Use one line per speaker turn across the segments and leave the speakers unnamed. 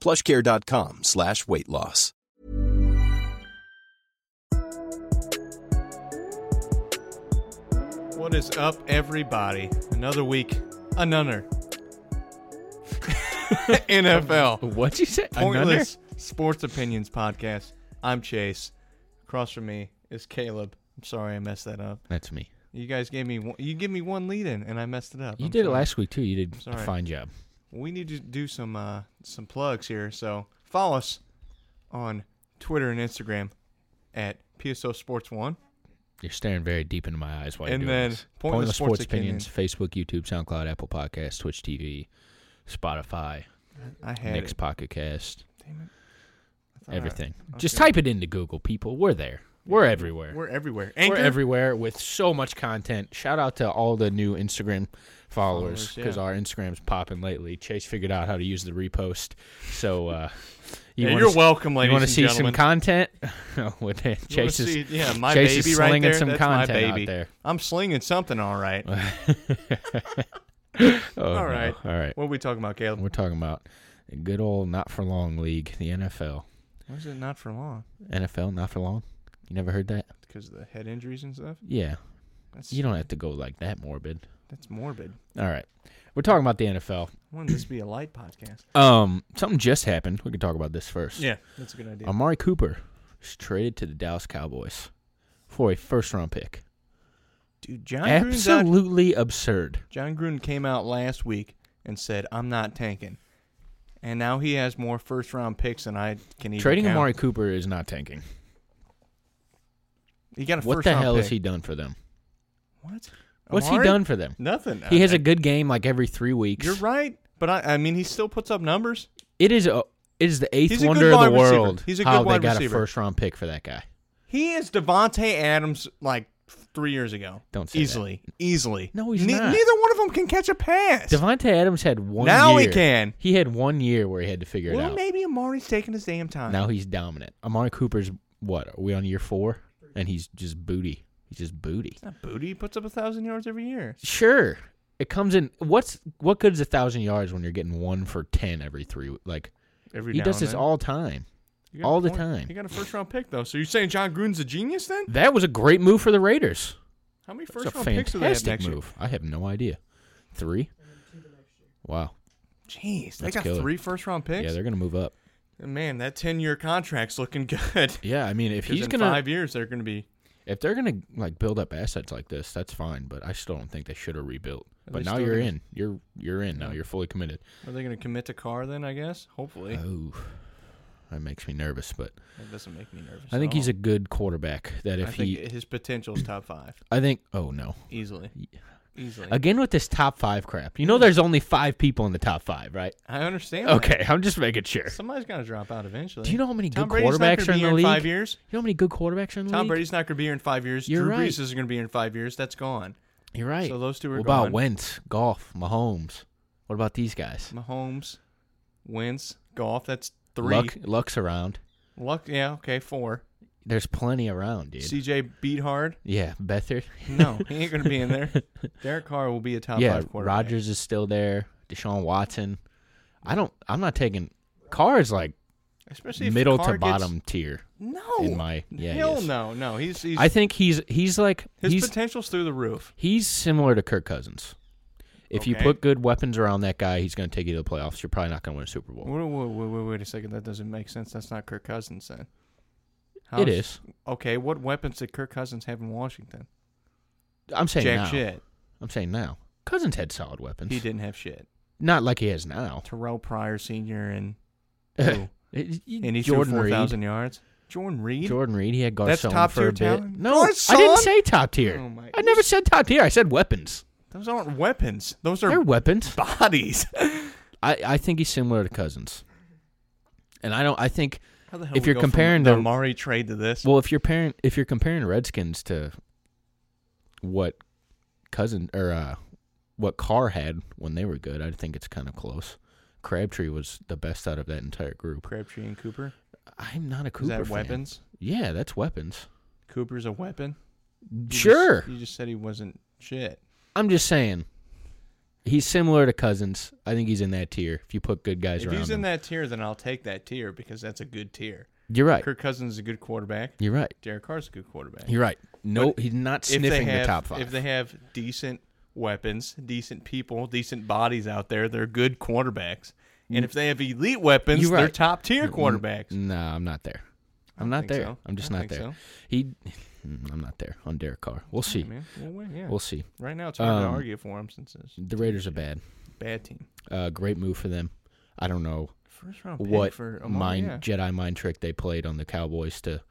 plushcare.com slash weight loss.
What is up, everybody? Another week, another NFL
What'd you say?
pointless sports opinions podcast. I'm Chase. Across from me is Caleb. I'm sorry I messed that up.
That's me.
You guys gave me one, you give me one lead in and I messed it up.
You
I'm
did it
sorry.
last week too. You did
Sorry.
a fine job.
We need to do some uh, some plugs here. So follow us on Twitter and Instagram at PSO Sports One.
You're staring very deep into my eyes while
And
you're doing
then
this.
Pointless Sports
opinions: Facebook, YouTube, SoundCloud, Apple Podcasts, Twitch TV, Spotify,
I had
Nick's
it.
Pocket Cast,
I thought I-
everything. Just
Okay.
type it into Google, people. We're there. We're everywhere.
We're everywhere.
We're
Anchor.
everywhere with so much content. Shout out to all the new Instagram followers
Followers,
because
yeah.
our Instagram's popping lately. Chase figured out how to use the repost, so uh,
Yeah,
wanna
you're
s-
welcome, ladies
You wanna
and
see
gentlemen.
some content? With
You wanna
Chase is
see- yeah, my
Chase
baby
is
right
slinging
there.
some
That's
content
my
out
baby.
there.
I'm slinging something, all right.
Oh,
all
no.
right,
all right.
What are we talking about, Caleb?
We're talking about a good old not for long league, the NFL.
Why is it not for long?
NFL, not for long. You never heard that?
Because of the head injuries and stuff.
Yeah,
That's
you don't have to go like that morbid.
that's morbid.
All right, we're talking about the NFL.
Why not this be a light podcast?
Um, something just happened. We can talk about this first.
Yeah, that's a good idea.
Amari Cooper is traded to the Dallas Cowboys for a first round pick.
Dude, John Gruden's out
Absolutely absurd.
John Gruden came out last week and said, "I'm not tanking," and now he has more first round picks than I can even.
Trading
count.
Amari Cooper is not tanking.
he got a
What
first
the
round
hell
pick.
has he done for them?
What?
What's
Amari?
he done for them?
Nothing.
He has
I-
a good game like every three weeks.
You're right, but I, I mean, he still puts up numbers.
It is a it is the eighth
He's a good
wonder of the
wide receiver.
world.
He's a
how
good wide
they got
receiver.
a first round pick for that guy.
He is Devonte Adams like three years ago.
Don't say that.
easily, easily.
No, he's not.
Neither one of them can catch a pass.
Devonte Adams had one.
Now he
year-
can.
He had one year where he had to figure it
well,
out.
maybe Amari's taking his damn time.
Now he's dominant. Amari Cooper's what? Are we on year four? And he's just booty. He's just booty.
It's not booty. He puts up a thousand yards every year.
Sure, it comes in. What's what good is a thousand yards when you're getting one for ten every three? Like
Every
he
now
does
and
this
then.
all time.
You got a
all the
point.
time.
You got a first round pick though. So you're saying John Gruden's a genius then?
That was a great move for the Raiders.
How many
That's
first
a
round picks do they have next
fantastic move. I have no idea. Three.
year?
Wow.
Jeez, they
That's
got
killer.
three first round picks.
Yeah, they're gonna move up.
Man, that ten year contract's looking good.
Yeah, I mean, if
'Cause
he's
in
gonna
five years, they're gonna be.
if they're gonna like build up assets like this, that's fine. But I still don't think they should have rebuilt.
Are
But
they
now
still
you're
gonna-
in. You're you're in now. You're fully committed.
Are they gonna commit to Carr then? I guess. Hopefully,
Oh, that makes me nervous. But
that doesn't make me nervous.
I think
at
he's
all.
a good quarterback. That if
I
he,
think his potential's top five
I think. Oh no.
easily. Easily.
Again with this top five crap. You know, there's only five people in the top five, right?
I understand. that.
Okay, I'm just making sure.
Somebody's got to drop out eventually.
Do you know how many
Tom
good
Brady's not
quarterbacks
gonna
are in
be
the
here
league?
Five years.
You know how many good quarterbacks are in the
Tom
league?
Brady's not going to be here in five years.
You're
Drew
right.
Brees isn't going to be here in five years. That's gone.
You're right.
So those two are
What about
gone.
Wentz, Golf, Mahomes? What about these guys?
Mahomes, Wentz, golf. That's three.
Luck, Luck's around.
Luck, yeah, okay, four.
There's plenty around, dude.
CJ beat hard.
yeah, Bethard.
No, he ain't gonna be in there. Derek Carr will be a top
yeah,
five quarterback.
Rogers is still there. Deshaun Watson. I don't. I'm not taking. Carr is like
especially if
middle
Carr
to
gets-
bottom tier.
no,
in my- yeah, he
hell
is.
no, no. He's, he's
I think he's he's like
his
he's
potential's through the roof.
he's similar to Kirk Cousins. If you
Okay.
put good weapons around that guy, he's going to take you to the playoffs. You're probably not going to win a Super Bowl.
Wait, wait, wait, wait, wait a second. That doesn't make sense. That's not Kirk Cousins then.
It is.
Okay, what weapons did Kirk Cousins have in Washington?
I'm saying
Jack
now.
shit.
I'm saying now. Cousins had solid weapons.
He didn't have shit.
Not like he has now.
Terrell Pryor Senior and
and
and he
he's
threw
Jordan
four
Reed.
thousand yards. Jordan Reed.
Jordan Reed. He had Garcon
That's top
for
tier
a bit.
talent?
No, I
Garcon?
didn't say top tier.
Oh my-
I never said top tier. I said weapons.
Those aren't weapons. Those
They're
are
weapons.
bodies.
I, I think he's similar to Cousins. And I don't. I think
How the
If
we
you're
go
comparing
from the
the-
Mari trade to this,
Well, if you're parent, if you're comparing Redskins to what cousin or uh, what Carr had when they were good, I think it's kind of close. Crabtree was the best out of that entire group.
Crabtree and Cooper.
I'm not a
Is
Cooper
that
fan.
weapons?
Yeah, that's weapons.
Cooper's a weapon. You just-
Sure,
you just said he wasn't shit.
I'm just saying. He's similar to Cousins. I think he's in that tier. If you put good guys
if
around
he's in
him,
that tier, then I'll take that tier because that's a good tier.
you're right.
Kirk Cousins is a good quarterback.
You're right.
Derek Carr's a good quarterback.
You're right. No,
But
he's not
If they
sniffing
have-
the top five.
If they have decent weapons, decent people, decent bodies out there, they're good quarterbacks. And if they have elite weapons,
You're
they're
right.
top tier
Mm,
quarterbacks.
No, I'm not there. I'm
don't
not
think
there.
so.
I'm just
I don't
not there.
think so.
He, Mm, I'm not there on Derek Carr. We'll see.
Man, we'll win, yeah.
We'll see.
Right now, it's hard to
Um,
argue for him since it's
The Raiders are bad.
a bad team.
Uh, great move for them. I don't know
First round pick
what
for Amari,
mind
yeah.
Jedi mind trick they played on the Cowboys to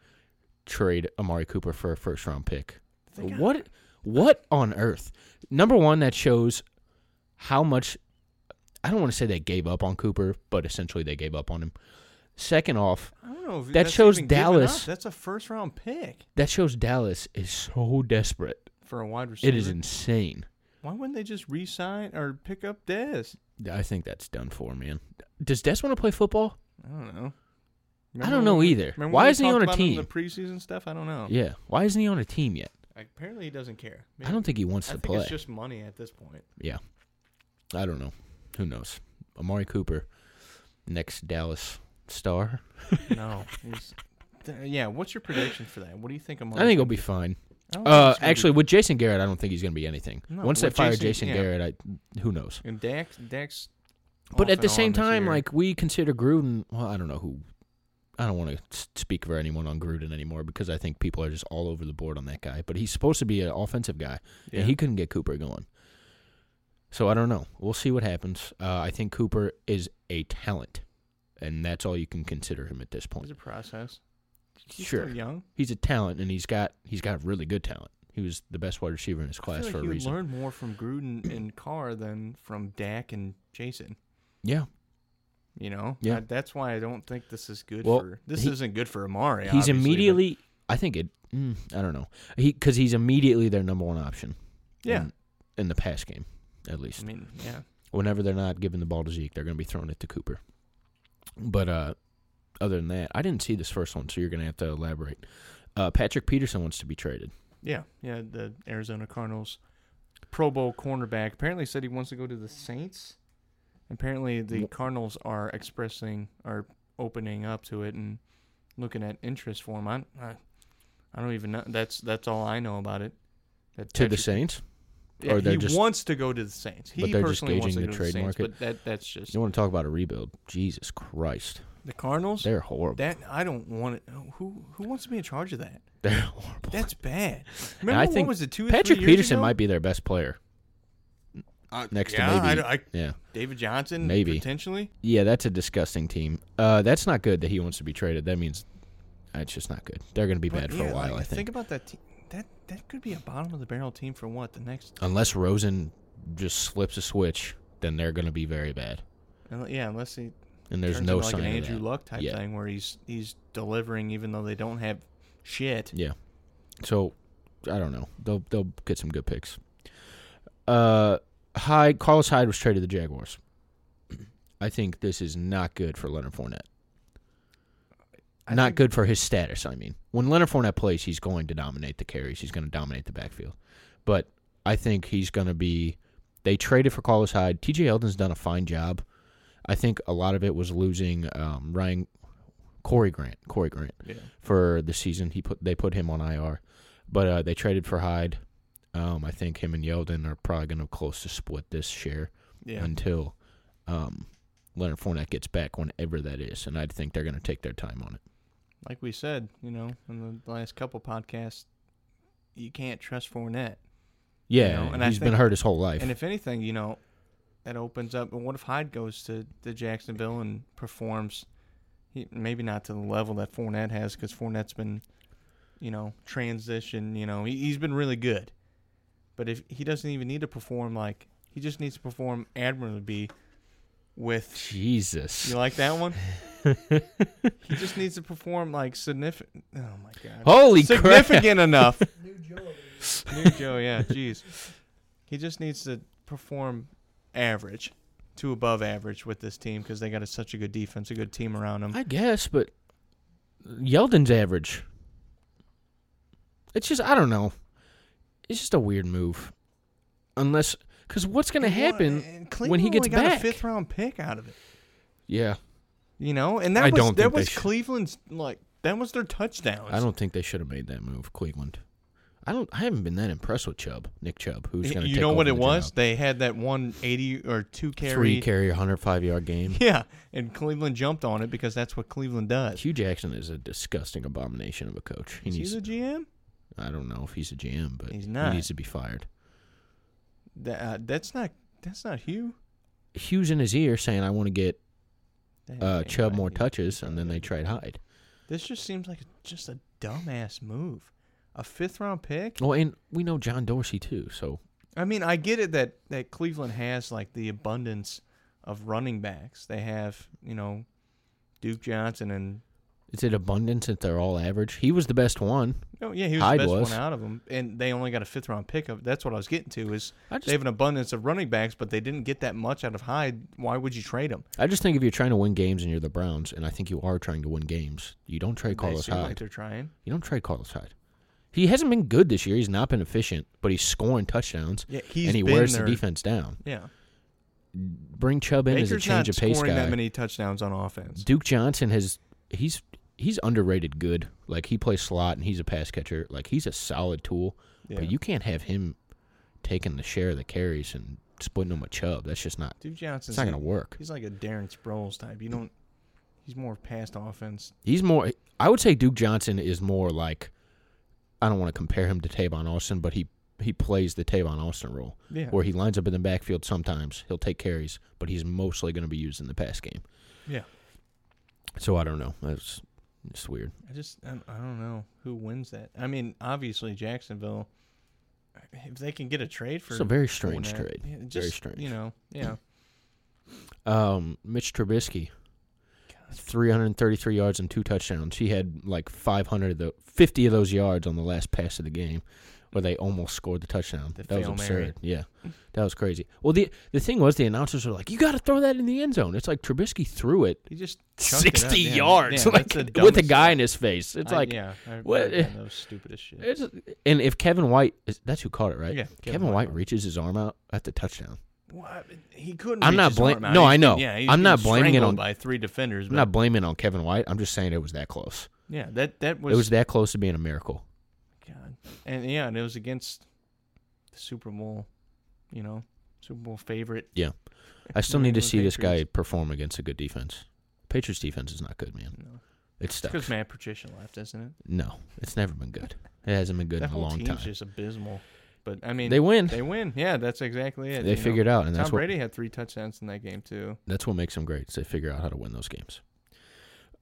trade Amari Cooper for a first round pick.
They got-
What what on earth? Number one, that shows how much I don't want to say they gave up on Cooper, but essentially they gave up on him. Second off,
I don't know if
That
that's
shows
even given up.
Dallas-
That's a first round pick
that shows Dallas is so desperate.
for a wide receiver.
It is insane.
Why wouldn't they just re-sign or pick up Dez?
I think that's done for, man. Does Des want to play football?
I don't know.
I don't know
when we-
either.
remember when
Why
we
isn't he
talked
on a
about him in
team?
The preseason stuff. I don't know.
Yeah. Why isn't he on a team yet?
Apparently, he doesn't care.
I don't think he wants
I
to
think
play.
it's just money at this point.
yeah. I don't know. Who knows? Amari Cooper, next Dallas star.
No. he's- Th- yeah. What's your prediction for that? What do you think? Amari
I think he'll
gonna
be
do?
fine.
I don't think
Uh,
he's gonna
actually,
be-
with Jason Garrett, I don't think he's going to be anything.
No,
Once they
with
fire
Jason-
Jason
yeah.
Garrett, I, who knows?
and Dax. Dax. off
But at the
and on
same
this
time,
year.
like we consider Gruden. Well, I don't know who. I don't want to speak for anyone on Gruden anymore because I think people are just all over the board on that guy. But he's supposed to be an offensive guy,
Yeah.
and he couldn't get Cooper going. So I don't know. We'll see what happens. Uh, I think Cooper is a talent, and that's all you can consider him at this
It's
point.
a process. He's
sure,
Still young.
he's a talent, and he's got he's got really good talent. He was the best wide receiver in his
I
class
feel
for
like
a
you would
reason.
learn more from Gruden and Carr than from Dak and Jason.
Yeah,
You know,
Yeah.
I- that's why I don't think this is good
Well,
for. This
he-
isn't good for Amari.
he's
obviously, but-
immediately. I think it. Mm, I don't know. He because he's immediately their number one option.
Yeah, Mm-hmm.
in, in the pass game, at least.
I mean, yeah.
Whenever they're not giving the ball to Zeke, they're going to be throwing it to Cooper. But uh, other than that, I didn't see this first one, so you're going to have to elaborate. Uh, Patrick Peterson wants to be traded.
Yeah, yeah. The Arizona Cardinals Pro Bowl cornerback apparently said he wants to go to the Saints. Apparently, the
Wha-
Cardinals are expressing are opening up to it and looking at interest for him. I, I, I don't even know. That's that's all I know about it. That
To the
Patrick-
Saints?
Yeah,
or they're
he
just-
wants to go to the Saints. He
but they're just
personally wants to go
gauging the
to the
trade
Saints,
market?
but that that's just
You want to talk about a rebuild? Jesus Christ.
the Cardinals.
They're horrible.
That I don't want it. Who who wants to be in charge of that?
They're horrible.
That's bad.
And
Remember
I
what
think
was it, two or three
Patrick
years
Peterson
ago? Uh,
might be their best player next
yeah,
to maybe.
I- I-
yeah.
David Johnson,
Maybe.
potentially.
Yeah, that's a disgusting team. Uh, that's not good that he wants to be traded. That means uh, it's just not good. They're going to be
But
bad for
yeah,
a while,
like,
I think.
Think about that team. That that could be a bottom of the barrel team for what the next.
unless Rosen just slips a switch, then they're going to be very bad.
unle- uh, Yeah, unless he
And there's
turns
no
into like
sign
an
of
Andrew
that.
Luck type
Yeah.
thing where he's he's delivering even though they don't have shit.
Yeah. So I don't know. They'll they'll get some good picks. Uh, Hyde Carlos Hyde was traded to the Jaguars. I think this is not good for Leonard Fournette.
I
Not
think-
good for his status. I mean, when Leonard Fournette plays, he's going to dominate the carries. He's going to dominate the backfield. But I think he's going to be. They traded for Carlos Hyde. T.J. Elden's done a fine job. I think a lot of it was losing um, Ryan Corey Grant. Corey Grant
Yeah.
for the season. He put they put him on IR, but uh, they traded for Hyde. Um, I think him and Yeldon are probably going to close to split this share
Yeah.
until um, Leonard Fournette gets back, whenever that is. And I think they're going to take their time on it.
like we said, you know, in the last couple podcasts, you can't trust Fournette.
Yeah,
know, and I
he's been
think-
hurt his whole life.
And if anything, you know, that opens up. But what if Hyde goes to, to Jacksonville and performs? He, maybe not to the level that Fournette has, because Fournette's been, you know, transition. You know, he, he's been really good. But if he doesn't even need to perform, like he just needs to perform admirably with
Jesus.
You like that one? he just needs to perform like significant. Oh my god!
Holy crap.
significant enough. New Joe. New Joe. Yeah. Jeez. He just needs to perform average to above average with this team because they got a, such a good defense, a good team around them.
I guess, but Yeldon's average. It's just I don't know. It's just a weird move, unless because what's going to happen when he gets
only got
back?
a fifth round pick out of it.
Yeah,
You know, and that
I
was
don't
that
think they
was
should.
Cleveland's like that was their touchdown.
I don't think they should have made that move, Cleveland. I don't. I haven't been that impressed with Chubb, Nick Chubb, who's going to.
You know what it was? They had that one eighty or two carry
Three carry, 105 yard game.
Yeah, and Cleveland jumped on it because that's what Cleveland does.
Hugh Jackson is a disgusting abomination of a coach. He
Is he
needs.
the GM?
I don't know if he's a GM, but
He's
he
not.
needs to be fired.
That, uh, that's not that's not Hugh.
Hughes in his ear saying, "I want to get
That
uh,
ain't
Chubb
right,
more
Hugh.
touches," and then they tried Hyde.
This just seems like just a dumbass move. A fifth round pick.
Well, and we know John Dorsey too, so
I mean, I get it that that Cleveland has like the abundance of running backs. They have you know Duke Johnson and
is it abundance that they're all average? He was the best one.
oh yeah, he was
Hyde
the best
was.
one out of them, and they only got a fifth round pick of. That's what I was getting to is
I just,
they have an abundance of running backs, but they didn't get that much out of Hyde. Why would you trade him?
I just think if you're trying to win games and you're the Browns, and I think you are trying to win games, you don't trade
They
Carlos
seem
Hyde.
like they're trying.
You don't trade Carlos Hyde. He hasn't been good this year. He's not been efficient, but he's scoring touchdowns.
Yeah, he's
and he
been
wears
their-
the defense down.
Yeah.
Bring Chubb in
Baker's
as a change
not
of pace
scoring
guy.
that many touchdowns on offense.
Duke Johnson has he's he's underrated good. Like he plays slot and he's a pass catcher. Like he's a solid tool.
Yeah.
But you can't have him taking the share of the carries and splitting them with Chubb. That's just not
Duke Johnson's
it's not gonna
like-
work.
He's like a Darren Sproles type. You don't. He's more past offense.
He's more I would say Duke Johnson is more like I don't want to compare him to Tavon Austin, but he he plays the Tavon Austin role.
Yeah.
Where he lines up in the backfield sometimes, he'll take carries, but he's mostly gonna be used in the pass game.
Yeah.
So I don't know. That's it's weird.
I just I, I don't know who wins that. I mean, obviously Jacksonville. If they can get a trade for
It's a very strange
Fournette,
trade.
yeah,
Very
just,
strange.
You know, yeah.
Um, Mitch Trubisky, 333 yards and two touchdowns. He had like 500 of the 50 of those yards on the last pass of the game, where they almost scored the touchdown.
The
that was
Hail
absurd.
Mary.
Yeah, that was crazy. Well, the the thing was, the announcers were like, "You got to throw that in the end zone." It's like Trubisky threw it
He just chucked it up.
60
Yeah,
yards,
yeah,
like
that's the
with a
dumbest
guy
thing.
in his face. It's
I-
like,
yeah, I,
what-
what? I, that was stupidest shit.
it's, and if Kevin White, is- that's who caught it, right?
Yeah,
Kevin,
Kevin
White
White.
reaches his arm out at the touchdown.
What? He couldn't.
I'm
reach
not
his
blam-
arm out.
no,
He's
I
getting-
know.
Yeah, he's
I'm not
getting
blaming it
strangled
on-
by three defenders.
I'm
But
not blaming it on Kevin White. I'm just saying it was that close.
yeah, that that
it was that close to being a miracle.
God. And yeah, and it was against the Super Bowl, you know, Super Bowl favorite.
Yeah. I still
New
need to
England
see this guy
Patriots.
perform against a good defense. Patriots defense is not good, man.
No.
It
It's because
sucks.
Matt Patricia left, isn't it?
No, it's never been good. It hasn't been good
that
in a
whole
long
team's
time.
just abysmal. But I mean,
They win.
They win. Yeah, that's exactly it.
They
you know.
figured out, and that's
Tom
what-
Brady had three touchdowns in that game too.
That's what makes them great. Is they figure out how to win those games.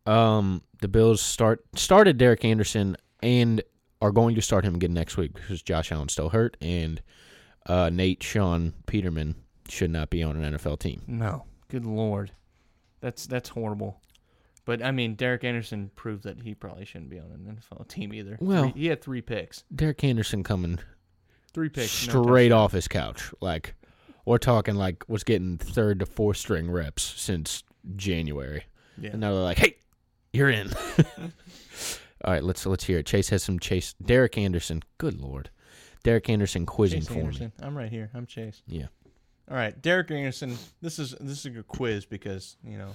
Um, the Bills start started Derek Anderson and are going to start him again next week because Josh Allen's still hurt and uh, Nate Sean Peterman should not be on an NFL team.
No, good lord, that's that's horrible. But I mean, Derek Anderson proved that he probably shouldn't be on an NFL team either.
Well-
Three- he had three picks,
Derek Anderson coming
three picks, no
straight
touchdowns.
off his couch. Like we're talking like was getting third to fourth string reps since January.
Yeah.
And now they're like, Hey, You're in. All right, let's let's hear it. Chase has some Chase. Derek Anderson. Good lord. Derek Anderson quizzing
Chase
for
Anderson. I'm right here. I'm Chase.
me. Yeah.
All right, Derek Anderson. This is this is a good quiz because you know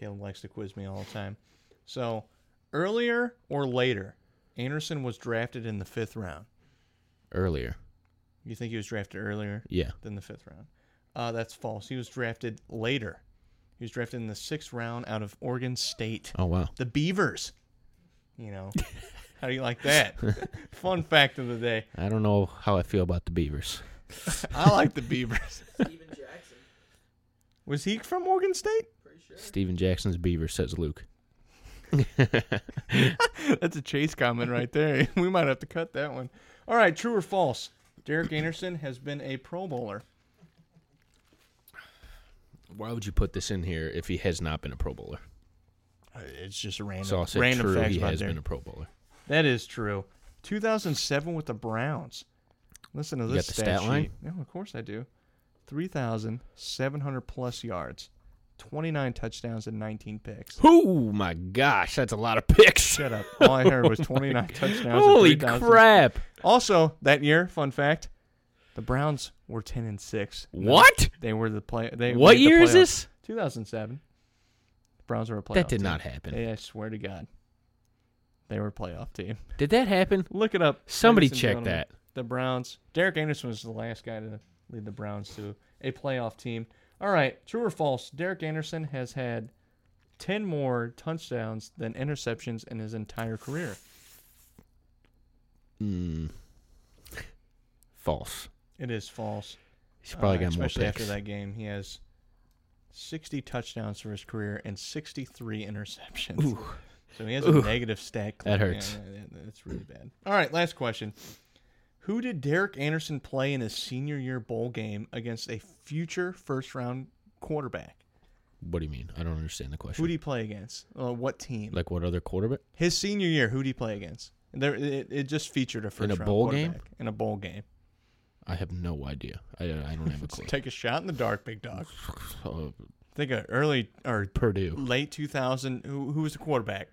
Caleb likes to quiz me all the time. So earlier or later, Anderson was drafted in the fifth round.
Earlier.
You think he was drafted earlier
Yeah.
than the fifth round? Uh, that's false. He was drafted later. He was drafted in the sixth round out of Oregon State.
Oh wow.
The Beavers. You know, how do you like that? Fun fact of the day.
I don't know how I feel about the Beavers.
I like the Beavers. Steven Jackson. Was he from Oregon State?
Steven Jackson's Beaver says Luke.
That's a chase comment right there. We might have to cut that one. All right, true or false? Derek Anderson has been a Pro Bowler.
Why would you put this in here if he has not been a Pro Bowler?
Uh, It's just random.
So I'll say
random
true.
facts
He
about
has
Derek.
been a Pro Bowler.
That is true. 2007 with the Browns. Listen to
You
this
got the stat
sheet.
line?
No, of course I do. 3,700 plus yards, 29 touchdowns, and 19 picks.
Oh my gosh, that's a lot of picks.
Shut up. All I heard was 29 touchdowns. and
Holy
3,000.
crap!
Also, that year, fun fact, the Browns were 10 and 6.
What?
They were the play. They
What
made the
year is
playoffs.
this?
2007. The Browns were a playoff.
That did
team.
not happen.
Yeah, I swear to God, they were a playoff team.
Did that happen?
Look it up.
Somebody
ladies and
check
gentlemen.
that.
The Browns. Derek Anderson was the last guy to lead the Browns to a playoff team. All right, true or false? Derek Anderson has had 10 more touchdowns than interceptions in his entire career.
Mm. False.
It is false.
He's probably
Uh,
got more
especially
picks.
after that game. He has 60 touchdowns for his career and 63 interceptions. So he has a negative stat.
That
column.
hurts.
Yeah, that- that's really bad. All right, last question. Who did Derek Anderson play in his senior year bowl game against a future first round quarterback?
What do you mean? I don't understand the question.
Who did he play against? Uh, what team?
like what other quarterback?
his senior year, who did he play against? There, it, it just featured a first round
bowl game?
quarterback in a bowl game.
I have no idea. I, uh, I don't have a clue.
Take a shot in the dark, big dog.
Uh,
Think of early or
Purdue.
late 2000. Who, who was the quarterback?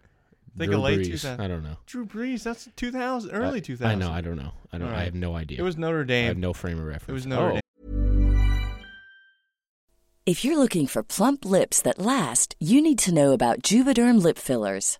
Think
Drew
of late
Brees.
2000.
I don't know. Uh,
Drew Brees. That's 2000,
I-
early 2000.
I know. I don't know. I don't.
All
I
right.
have no idea.
It was Notre
I
Dame.
have no frame of reference.
It was Notre
Oh.
Dame.
If you're looking for plump lips that last, you need to know about Juvederm lip fillers.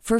For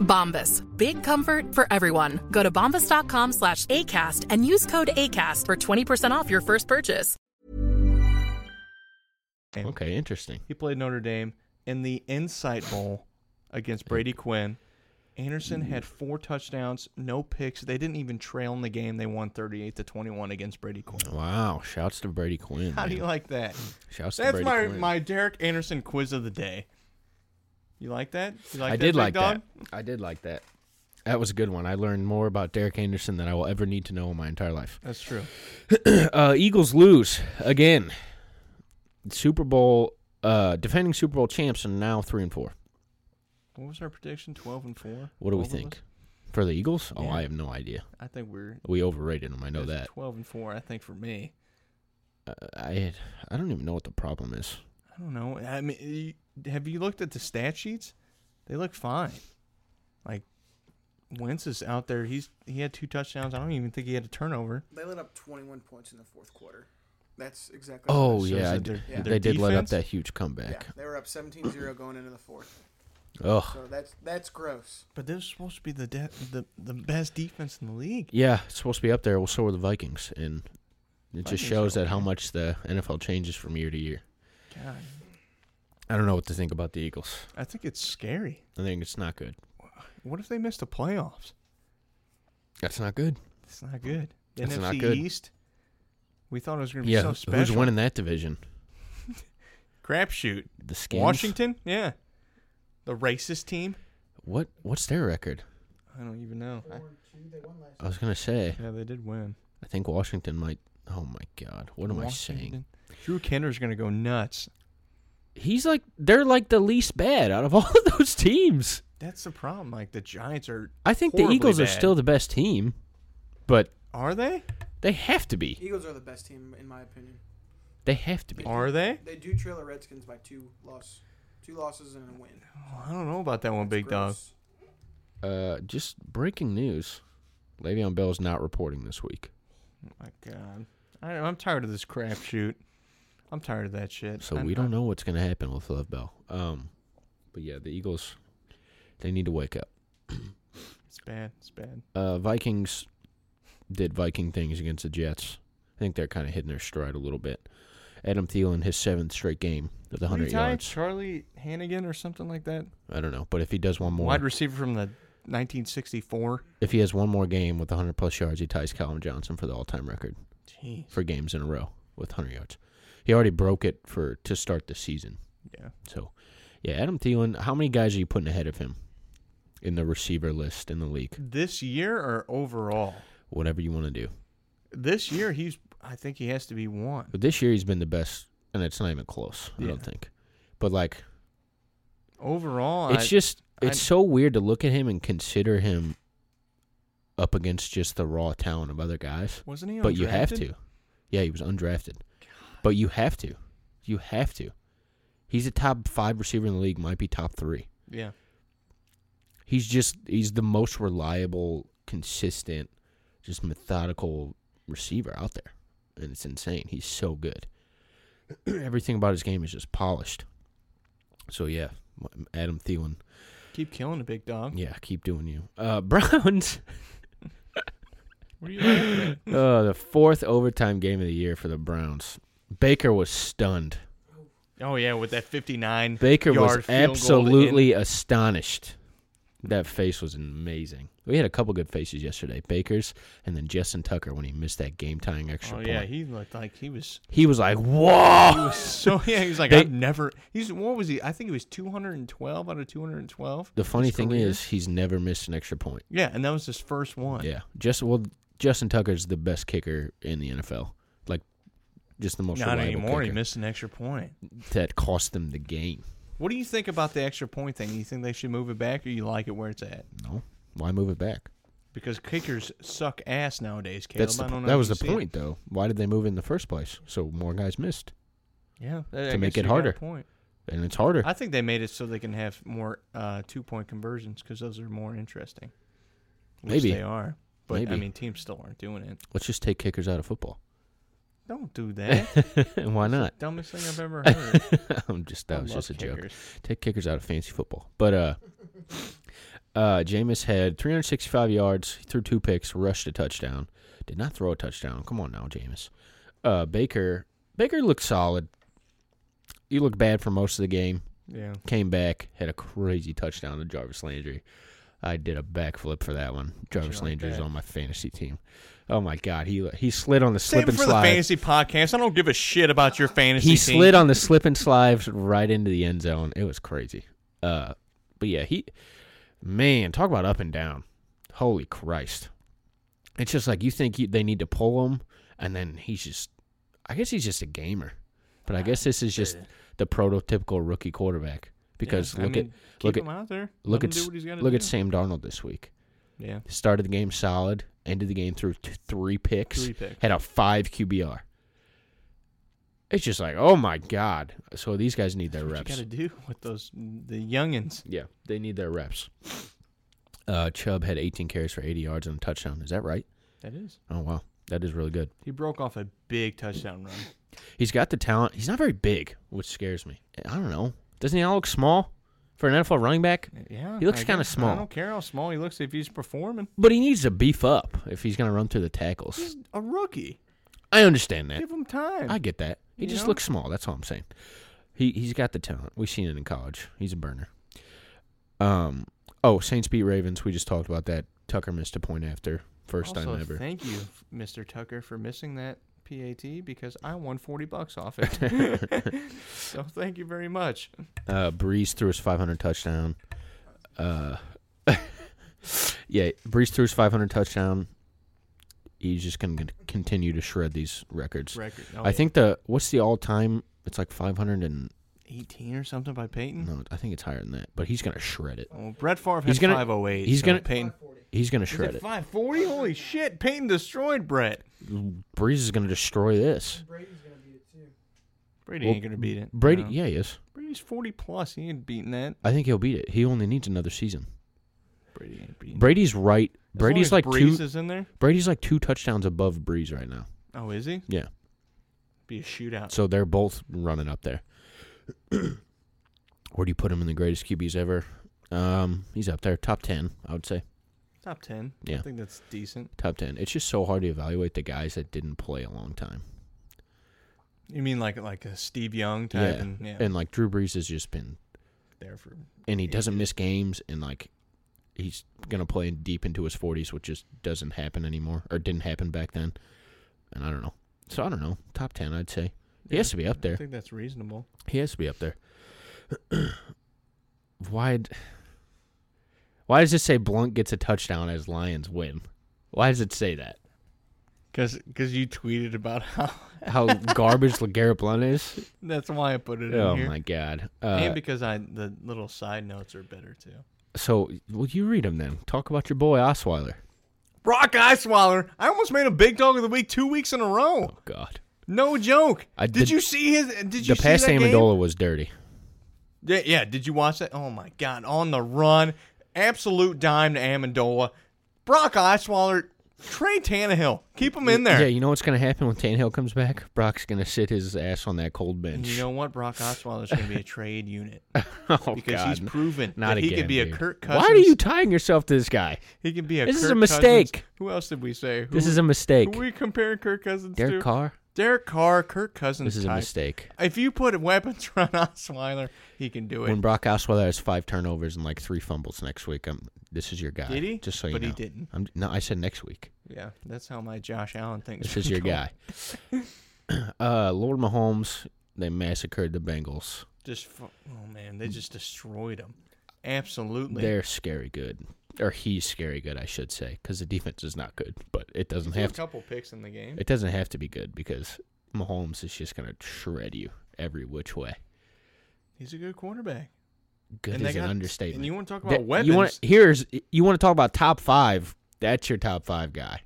Bombas. Big comfort for everyone. Go to bombas.com slash ACAST and use code ACAST for 20% off your first purchase.
Dame.
Okay, interesting.
He played Notre Dame in the Insight Bowl
Mm.
against Brady Quinn. Anderson had four touchdowns, no picks. They didn't even trail in the game. They won 38 to 21 against Brady Quinn.
Wow! Shouts to Brady Quinn.
How do
Oh, man.
you like that?
Shouts to
That's
Brady
my,
Quinn.
my Derek Anderson quiz of the day. You like that? You like
I
that,
did
big
like
dog?
that. I did like that. That was a good one. I learned more about Derek Anderson than I will ever need to know in my entire life.
That's true.
uh, Eagles lose again. Super Bowl uh, defending Super Bowl champs and now three and four.
What was our prediction? 12 and 4?
What do we
Both of
think?
us?
For the Eagles? Oh,
Yeah.
I have no idea.
I think we're
We overrated them. I know
it's
that.
twelve and four. I think for me,
Uh, I I don't even know what the problem is.
I don't know. I mean, you- have you looked at the stat sheets? They look fine. Like Wentz is out there. He's he had two touchdowns. I don't even think he had a turnover.
They let up 21 points in the fourth quarter. That's exactly.
Oh
what
shows
yeah, I
that
d-
their-
Yeah.
they
their
did let up
defense-
that huge
it is.
comeback.
yeah. They were up 17-0 going into the fourth.
Ugh.
So that's that's gross.
But they're supposed to be the de- the the best defense in the league.
Yeah, it's supposed to be up there. Well, so are the Vikings, and it
Vikings
just
are
shows that how
okay.
much the NFL changes from year to year.
God,
I don't know what to think about the Eagles.
I think it's scary.
I think it's not good.
What if they miss the playoffs?
That's not good.
It's not good.
It's
NFC
not good.
East. We thought it was going to be
Yeah,
so
who-
special.
who's winning that division?
Crapshoot.
The Skins.
Washington. Yeah. The racist team.
What What's their record?
I don't even know. I-
I was gonna say.
yeah, they did win.
I think Washington might. Oh my God, what am I saying?
Drew Kinder's going to go nuts.
He's like they're like the least bad out of all of those teams.
That's the problem. Like the Giants are.
I think the
horribly
Eagles are
bad.
still the best team, but
Are they?
they have to be.
Eagles are the best team in my opinion.
They have to be.
Are they?
They do trail the Redskins by two loss, two losses and a win.
Oh, I don't know about that one, big dog.
Gross.
Uh, just breaking news: Le'Veon Bell is not reporting this week.
Oh my God. I, I'm tired of this crapshoot. I'm tired of that shit.
So
I'm-
we don't know what's going to happen with Love Bell. Um, but yeah, the Eagles, they need to wake up.
It's bad. It's bad.
Uh, Vikings did Viking things against the Jets. I think they're kind of hitting their stride a little bit. Adam Thielen, his seventh straight game
Who
with
do you
100
tie?
yards.
Charlie Hannigan or something like that.
I don't know, but if he does one more,
Wide receiver from the 1964.
if he has one more game with 100 plus yards, he ties Calvin Johnson for the all-time record
Jeez.
for games in a row with 100 yards. He already broke it for to start the season.
Yeah.
So, yeah, Adam Thielen. How many guys are you putting ahead of him in the receiver list in the league?
This year or overall?
Whatever you want to do.
This year he's. I think he has to be one.
But this year he's been the best, and it's not even close. I
Yeah.
don't think. But like,
Overall,
it's
I-
just
I-
it's so weird to look at him and consider him up against just the raw talent of other guys.
Wasn't he?
But you have
undrafted?
to. Yeah, he was undrafted. But you have to. You have to. He's a top five receiver in the league. Might be top three.
Yeah.
He's just he's the most reliable, consistent, just methodical receiver out there. And it's insane. He's so good. Everything about his game is just polished. So yeah, Adam Thielen.
Keep killing the big dog.
Yeah, keep doing you. Uh Browns.
What are you laughing at?
uh the fourth overtime game of the year for the Browns. Baker was stunned.
Oh yeah, with that 59
Baker
yard field goal
was
to end-
absolutely astonished. That face was amazing. We had a couple good faces yesterday. Baker's and then Justin Tucker when he missed that game tying extra
Oh
point.
yeah,
he,
he looked like he was.
was like, "Whoa!"
He was so yeah. He was like,
They-
I've never. He's what was he? I think he was 212 out of 212.
the funny
his
thing
career.
is, he's never missed an extra point.
yeah, and that was his first one.
Yeah, just well, Justin Tucker's the best kicker in the NFL. Like, just the most
Not
reliable
anymore. He
kicker
missed an extra point.
that cost them the game.
What do you think about the extra point thing? You think they should move it back, or you like it where it's at?
No, why move it back?
Because kickers suck ass nowadays, Caleb.
That's the,
I don't
po-
know
that
if
was
you
the
see it.
point, though. Why did they move in the first place? So more guys missed,
Yeah, I- I
to make
guess you
it
got a
harder.
Point.
and it's harder.
I think they made it so they can have more uh, two point conversions because those are more interesting. Which
Maybe.
they are, but I
Maybe.
mean, teams still aren't doing it.
Let's just take kickers out of football.
Don't do that.
Why not?
Dumbest thing I've ever heard.
I'm just
I
that was
love
just a joke.
kickers.
Take kickers out of fantasy football. But uh uh Jameis had 365 yards, he threw two picks, rushed a touchdown. Did not throw a touchdown. Come on now, Jameis. Uh Baker Baker looked solid. He looked bad for most of the game.
Yeah,
Came back, had a crazy touchdown to Jarvis Landry. I did a backflip for that one. Jarvis
like
Landry's
that?
on my fantasy team. Oh my god, he he slid on the slip
save it
and
for
slide.
the fantasy podcast. I don't give a shit about your fantasy.
he
team.
slid on the slip and slides right into the end zone. It was crazy. Uh, but yeah, he man, talk about up and down. Holy Christ! It's just like you think he, they need to pull him, and then he's just. I guess he's just a gamer, but I guess this is just the prototypical rookie quarterback. Because
Yeah, I
look
mean,
at look
keep
at
him out there.
look
Let him
at
do
s-
what he's gotta
look
do.
at Sam Darnold this week.
Yeah.
Started the game solid. Ended the game through t- three picks.
Three picks.
Had a five QBR. It's just like, oh my god. So these guys need their
What you
reps.
gotta do with those the youngins.
Yeah, they need their reps. Uh, Chubb had 18 carries for 80 yards and a touchdown. Is that right?
That is.
Oh wow, that is really good.
He broke off a big touchdown run.
He's got the talent. He's not very big, which scares me. I don't know. Doesn't he all look small for an NFL running back?
Yeah.
He looks
I
kinda
guess. I
small.
don't care how small he looks if he's performing.
But he needs to beef up if he's going to run through the tackles.
He's a rookie.
I understand that.
Give him time.
I get that. He
You
just
know?
looks small. That's all I'm saying. He he's got the talent. We've seen it in college. He's a burner. Um. Oh, Saints beat Ravens. We just talked about that. Tucker missed a point after first
also,
time ever.
Thank you, Mr. Tucker, for missing that PAT because I won forty bucks off it. so thank you very much.
Uh, Breeze threw his 500 touchdown. Uh, yeah, Breeze threw his 500 touchdown. He's just going to continue to shred these records.
Record.
I think the what's the all time? It's like 500 and
Oh, eighteen or something by Peyton.
no, I think it's higher than that. But he's going to shred it.
Well, Brett Favre
He's
has
gonna-
five oh eight.
he's
so
gonna-
Peyton.
He's going to
He's
shred
at
it.
five forty. Holy shit! Peyton destroyed Brett.
Breeze is going to destroy this.
Brady
Well,
ain't gonna beat it.
Brady,
No.
yeah, he is.
Brady's forty plus. He ain't beating that.
I think he'll beat it. He only needs another season.
Brady ain't beating.
Brady's right.
As long
Brady's
as
like
Breeze
two.
is in there.
Brady's like two touchdowns above Breeze right now.
Oh, is he?
Yeah.
Be a shootout.
So they're both running up there. Where do you put him in the greatest QBs ever? Um, he's up there, top ten, I would say,
Top ten. I
Yeah.
think that's decent.
top ten. It's just so hard to evaluate the guys that didn't play a long time.
You mean like like a Steve Young type? and, yeah,
and like Drew Brees has just been,
there for
and he doesn't miss games, and like he's gonna play deep into his forties, which just doesn't happen anymore, or didn't happen back then. And I don't know. So I don't know. Top ten, I'd say. He has to be up there.
I think that's reasonable.
He has to be up there. why? d- Why does it say Blunt gets a touchdown as Lions win? Why does it say that?
Cause, Cause you tweeted about how
How garbage Garrett Blunt is?
that's why I put it
oh
in here.
my god!
and
Uh,
because I the little side notes are better too.
so, well, you read them then. Talk about your boy Osweiler.
Brock Osweiler, I almost made a big dog of the week two weeks in a row.
Oh god!
No joke.
I
did,
did-
you see his? Did you
The pass
see
to
that game?
Amendola was dirty.
Yeah, yeah, did you watch that? Oh my god, on the run, absolute dime to Amendola. Brock Osweiler, Trey Tannehill, keep him in there.
Yeah, you know what's gonna happen when Tannehill comes back? Brock's gonna sit his ass on that cold
And
bench.
you know what? Brock Osweiler's going to be a trade unit.
oh,
because
God.
he's proven
Not
that he
again,
could be a
dude.
Kirk
Why are you
Cousins.
tying yourself to this guy?
He can be a.
This is
Kirk
a
Cousins.
mistake.
Who else did we say? Who,
This is a mistake.
Who we comparing Kirk Cousins to?
Derek Carr.
Derek Carr, Kirk Cousins.
This is a
type.
mistake.
If you put weapons on Osweiler, he can do it.
When Brock Osweiler has five turnovers and like three fumbles next week, I'm, this is your guy.
Did he?
Just so you
But
know.
he didn't.
I'm, no, I said next week.
yeah, that's how my Josh Allen thinks.
This is your guy. uh, Lord Mahomes, they massacred the Bengals.
Just fu- oh man, they just destroyed him. Absolutely.
They're scary good, or he's scary good, I should say, because the defense is not good, but it
He
doesn't
threw
have
a
to.
couple picks in the game.
It doesn't have to be good because Mahomes is just gonna shred you every which way.
He's a good quarterback.
Good
And they
is an
got-
understatement.
and you wanna talk
That-
about
You want
weapons.
here's you want to talk about top five. That's your top five guy.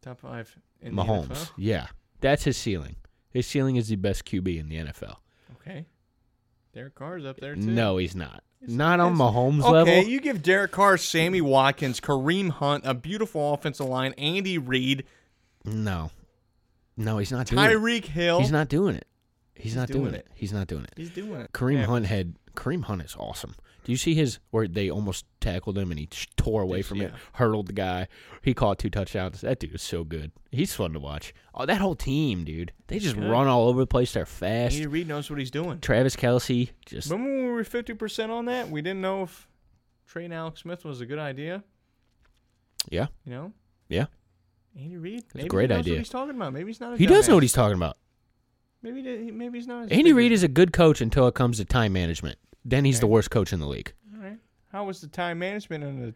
Top five in the
Mahomes.
NFL?
Yeah. That's his ceiling. His ceiling is the best QB in the NFL.
Okay. Derek Carr's up there too.
No, he's not.
Yes,
not
he
on
is.
Mahomes
okay,
level.
you give Derek Carr, Sammy Watkins, Kareem Hunt, a beautiful offensive line, Andy Reid,
No. No, he's not doing it.
Tyreek Hill.
He's not doing it. He's, not doing,
doing
it.
it.
He's not doing it.
He's doing it.
Kareem
Yeah.
Hunt had Kareem Hunt is awesome. Do you see his where they almost tackled him and he sh- tore away
Yes,
from it,
yeah.
hurled the guy. He caught two touchdowns. That dude is so good. He's fun to watch. Oh, that whole team, dude. They just
Good.
run all over the place. They're fast.
Andy Reid knows what he's doing.
Travis Kelsey just
Remember when we were fifty percent on that? We didn't know if Trey and Alex Smith was a good idea.
yeah,
You know,
yeah.
Andy Reid.
a
Maybe
great
he knows
idea.
What he's talking about. Maybe he's not. A
He does know
dumbass.
what he's talking about.
Maybe he- maybe he's not. As
Andy
big
Reid
as-
is a good coach until it comes to time management. Then he's the worst coach in the league.
All right. How was the time management in the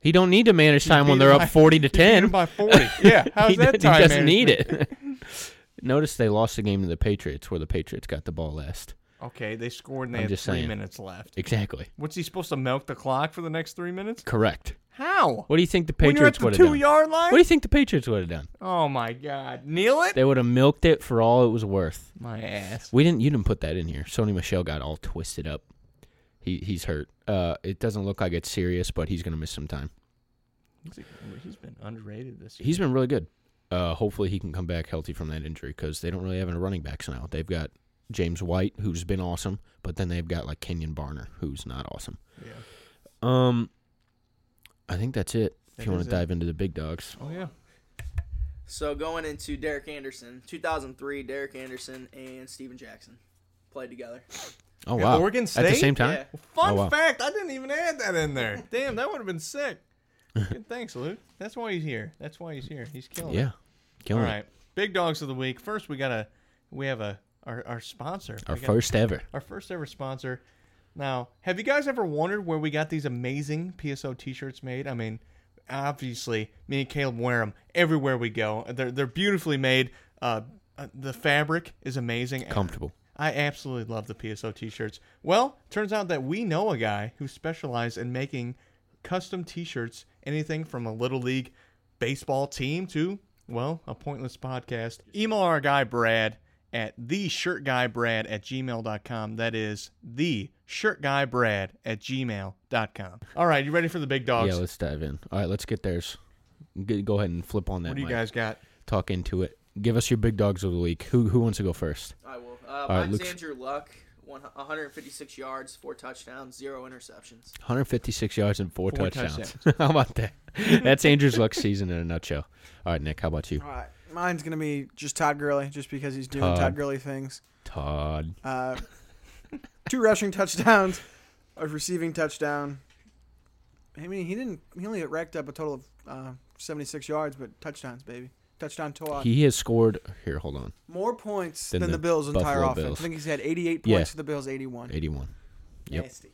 He don't need to manage
You
time when
beat
they're
him
up
by-
forty to
you beat him
ten.
by 40. Yeah, how's
he,
that
does-
time
He doesn't need it. Notice they lost the game to the Patriots, where the Patriots got the ball last.
Okay, they scored and they
I'm
had
just
three
saying.
minutes left.
Exactly.
What's he supposed to milk the clock for the next three minutes?
Correct.
How?
What do you think the
When you're at
Patriots
the
would have done?
two-yard line?
What do you think the Patriots would have done?
Oh my God, kneel it.
They would have milked it for all it was worth.
My ass.
We didn't. You didn't put that in here. Sony Michelle got all twisted up. He he's hurt. Uh, it doesn't look like it's serious, but he's gonna miss some time.
He's a- oh, he's been underrated this year.
He's been really good. Uh, hopefully he can come back healthy from that injury because they don't really have any running backs now. They've got James White, who's been awesome, but then they've got like Kenyon Barner, who's not awesome.
Yeah.
Um, I think that's it.
That
if you want
is
to
it.
dive into the big dogs,
Oh yeah.
So going into Derek Anderson, 2003, Derek Anderson and Steven Jackson played together.
oh
At
wow,
Oregon
at the
State?
same time.
Yeah.
Fun
Oh, wow.
fact, I didn't even add that in there. Damn, that would have been sick. Good, thanks, Luke. That's why he's here. That's why he's here. He's killing
Yeah,
it.
killing
All right.
it.
Big dogs of the week. First, we got a we have a our, our sponsor.
Our
We got-
first ever.
our first ever sponsor. Now, have you guys ever wondered where we got these amazing PSO T-shirts made? I mean, obviously, me and Caleb wear them everywhere we go. They're they're beautifully made. Uh, uh, the fabric is amazing.
Comfortable.
I absolutely love the PSO T-shirts. Well, turns out that we know a guy who specializes in making custom T-shirts, anything from a little league baseball team to well, a pointless podcast. Email our guy Brad at the shirt guy brad at gmail.com that is the shirt guy brad at gmail.com all right you ready for the big dogs
Yeah, let's dive in. All right, let's get theirs. G- Go ahead and flip on that.
what do you
mic.
guys got
talk into it? Give us your big dogs of the week. Who who wants to go first?
I will. Uh,
right,
mine's
Luke.
Andrew Luck, one- 156 yards, four touchdowns, zero interceptions.
156 yards and four,
Four
touchdowns. how about that? That's Andrew's luck season in a nutshell. All right, Nick, how about you?
All right, mine's gonna be just Todd Gurley, just because he's doing
Todd.
Todd, Gurley things.
Todd.
Uh, two rushing touchdowns, a receiving touchdown. I mean, he didn't. He only racked up a total of uh, 76 yards, but touchdowns, baby. Touchdown Todd.
He has scored. Here, hold on.
More points
Than
than,
the
the, Bills' entire
Buffalo
offense.
Bills.
I think he's had 88 points
Yeah.
to the Bills' 81.
81. Yep.
Nasty.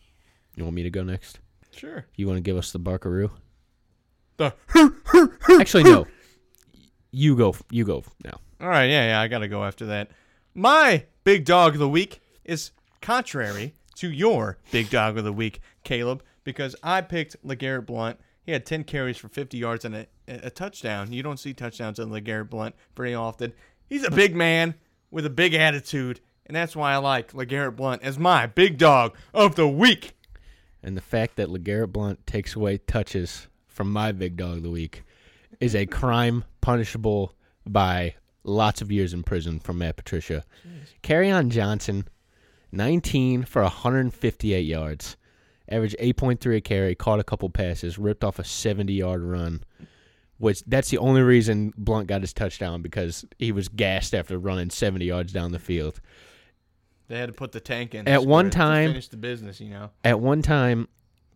You want me to go next?
sure
You want to give us the Barkaroo?
the
Actually, no. You go. You go now.
All right, yeah, yeah, I gotta go after that. My big dog of the week is contrary to your big dog of the week, Caleb, because I picked Legarrette Blunt. He had 10 carries for 50 yards and a, a touchdown. You don't see touchdowns in Legarrette Blunt very often. He's a big man with a big attitude, and that's why I like Legarrette Blunt as my big dog of the week.
And the fact that LeGarrette Blunt takes away touches from my big dog of the week is a crime punishable by lots of years in prison from Matt Patricia. Carry on Johnson, 19 for 158 yards, average 8.3 a carry, caught a couple passes, ripped off a 70 yard run. Which that's the only reason Blunt got his touchdown because he was gassed after running 70 yards down the field.
They had to put the tank in.
At one
Spirit, to
time-
Finish the business, you know.
At one time,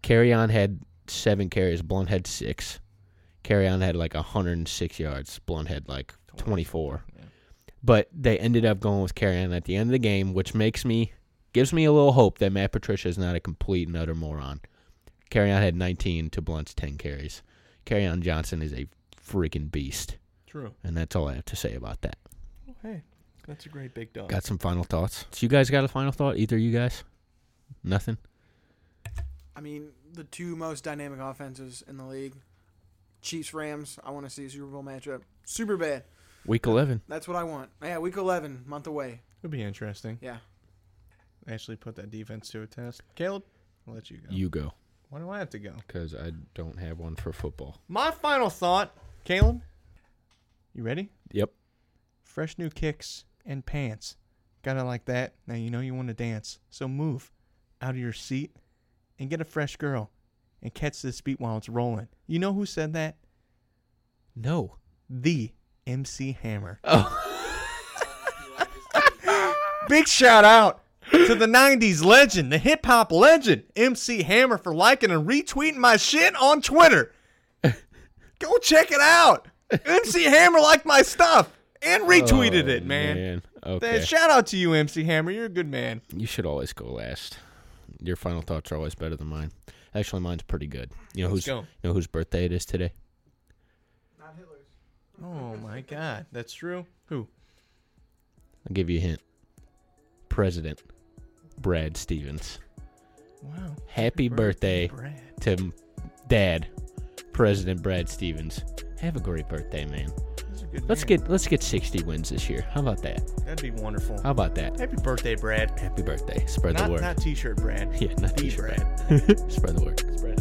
Carry On had seven carries, Blunt had six. Carry On had like 106 yards, Blunt had like 24. But they ended up going with Carry On at the end of the game, which makes me, gives me a little hope that Matt Patricia is not a complete and utter moron. Carry On had 19 to Blunt's 10 carries. Carry On Johnson is a freaking beast.
True.
And that's all I have to say about that.
Hey, that's a great big dog.
Got some final thoughts? So you guys got a final thought? Either of you guys? Nothing?
I mean, the two most dynamic offenses in the league. Chiefs Rams. I want to see a Super Bowl matchup. Super bad.
Week 11.
That's what I want. Yeah, week 11, month away.
It'd be interesting.
Yeah.
actually put that defense to a test. Caleb, I'll let you go.
You go.
Why do I have to go?
because I don't have one for football.
My final thought, Caleb. You ready?
Yep.
Fresh new kicks and pants. Got it like that. Now you know you want to dance. So move out of your seat and get a fresh girl and catch this beat while it's rolling. You know who said that?
No.
The MC Hammer.
Oh.
Big shout out to the 90s legend, the hip hop legend, MC Hammer, for liking and retweeting my shit on Twitter. Go check it out. MC Hammer liked my stuff and retweeted
Oh,
it, man.
Okay.
Th- Shout out to you, MC Hammer. You're a good man.
you should always go last. Your final thoughts are always better than mine. Actually, mine's pretty good. You know
Let's
who's
go.
you know whose birthday it is today?
Oh, my God. That's true. Who?
I'll give you a hint. President Brad Stevens.
Wow.
Happy birthday
Brad.
to m- Dad, President Brad Stevens. Have a great birthday, man.
That's a good
Let's
man.
get let's get 60 wins this year. How about that?
That'd be wonderful.
How about that?
Happy birthday, Brad.
Happy birthday. Spread
Not,
the word.
not t-shirt Brad.
yeah, not
The
t-shirt,
Brad.
Brad. Spread the word.
Brad.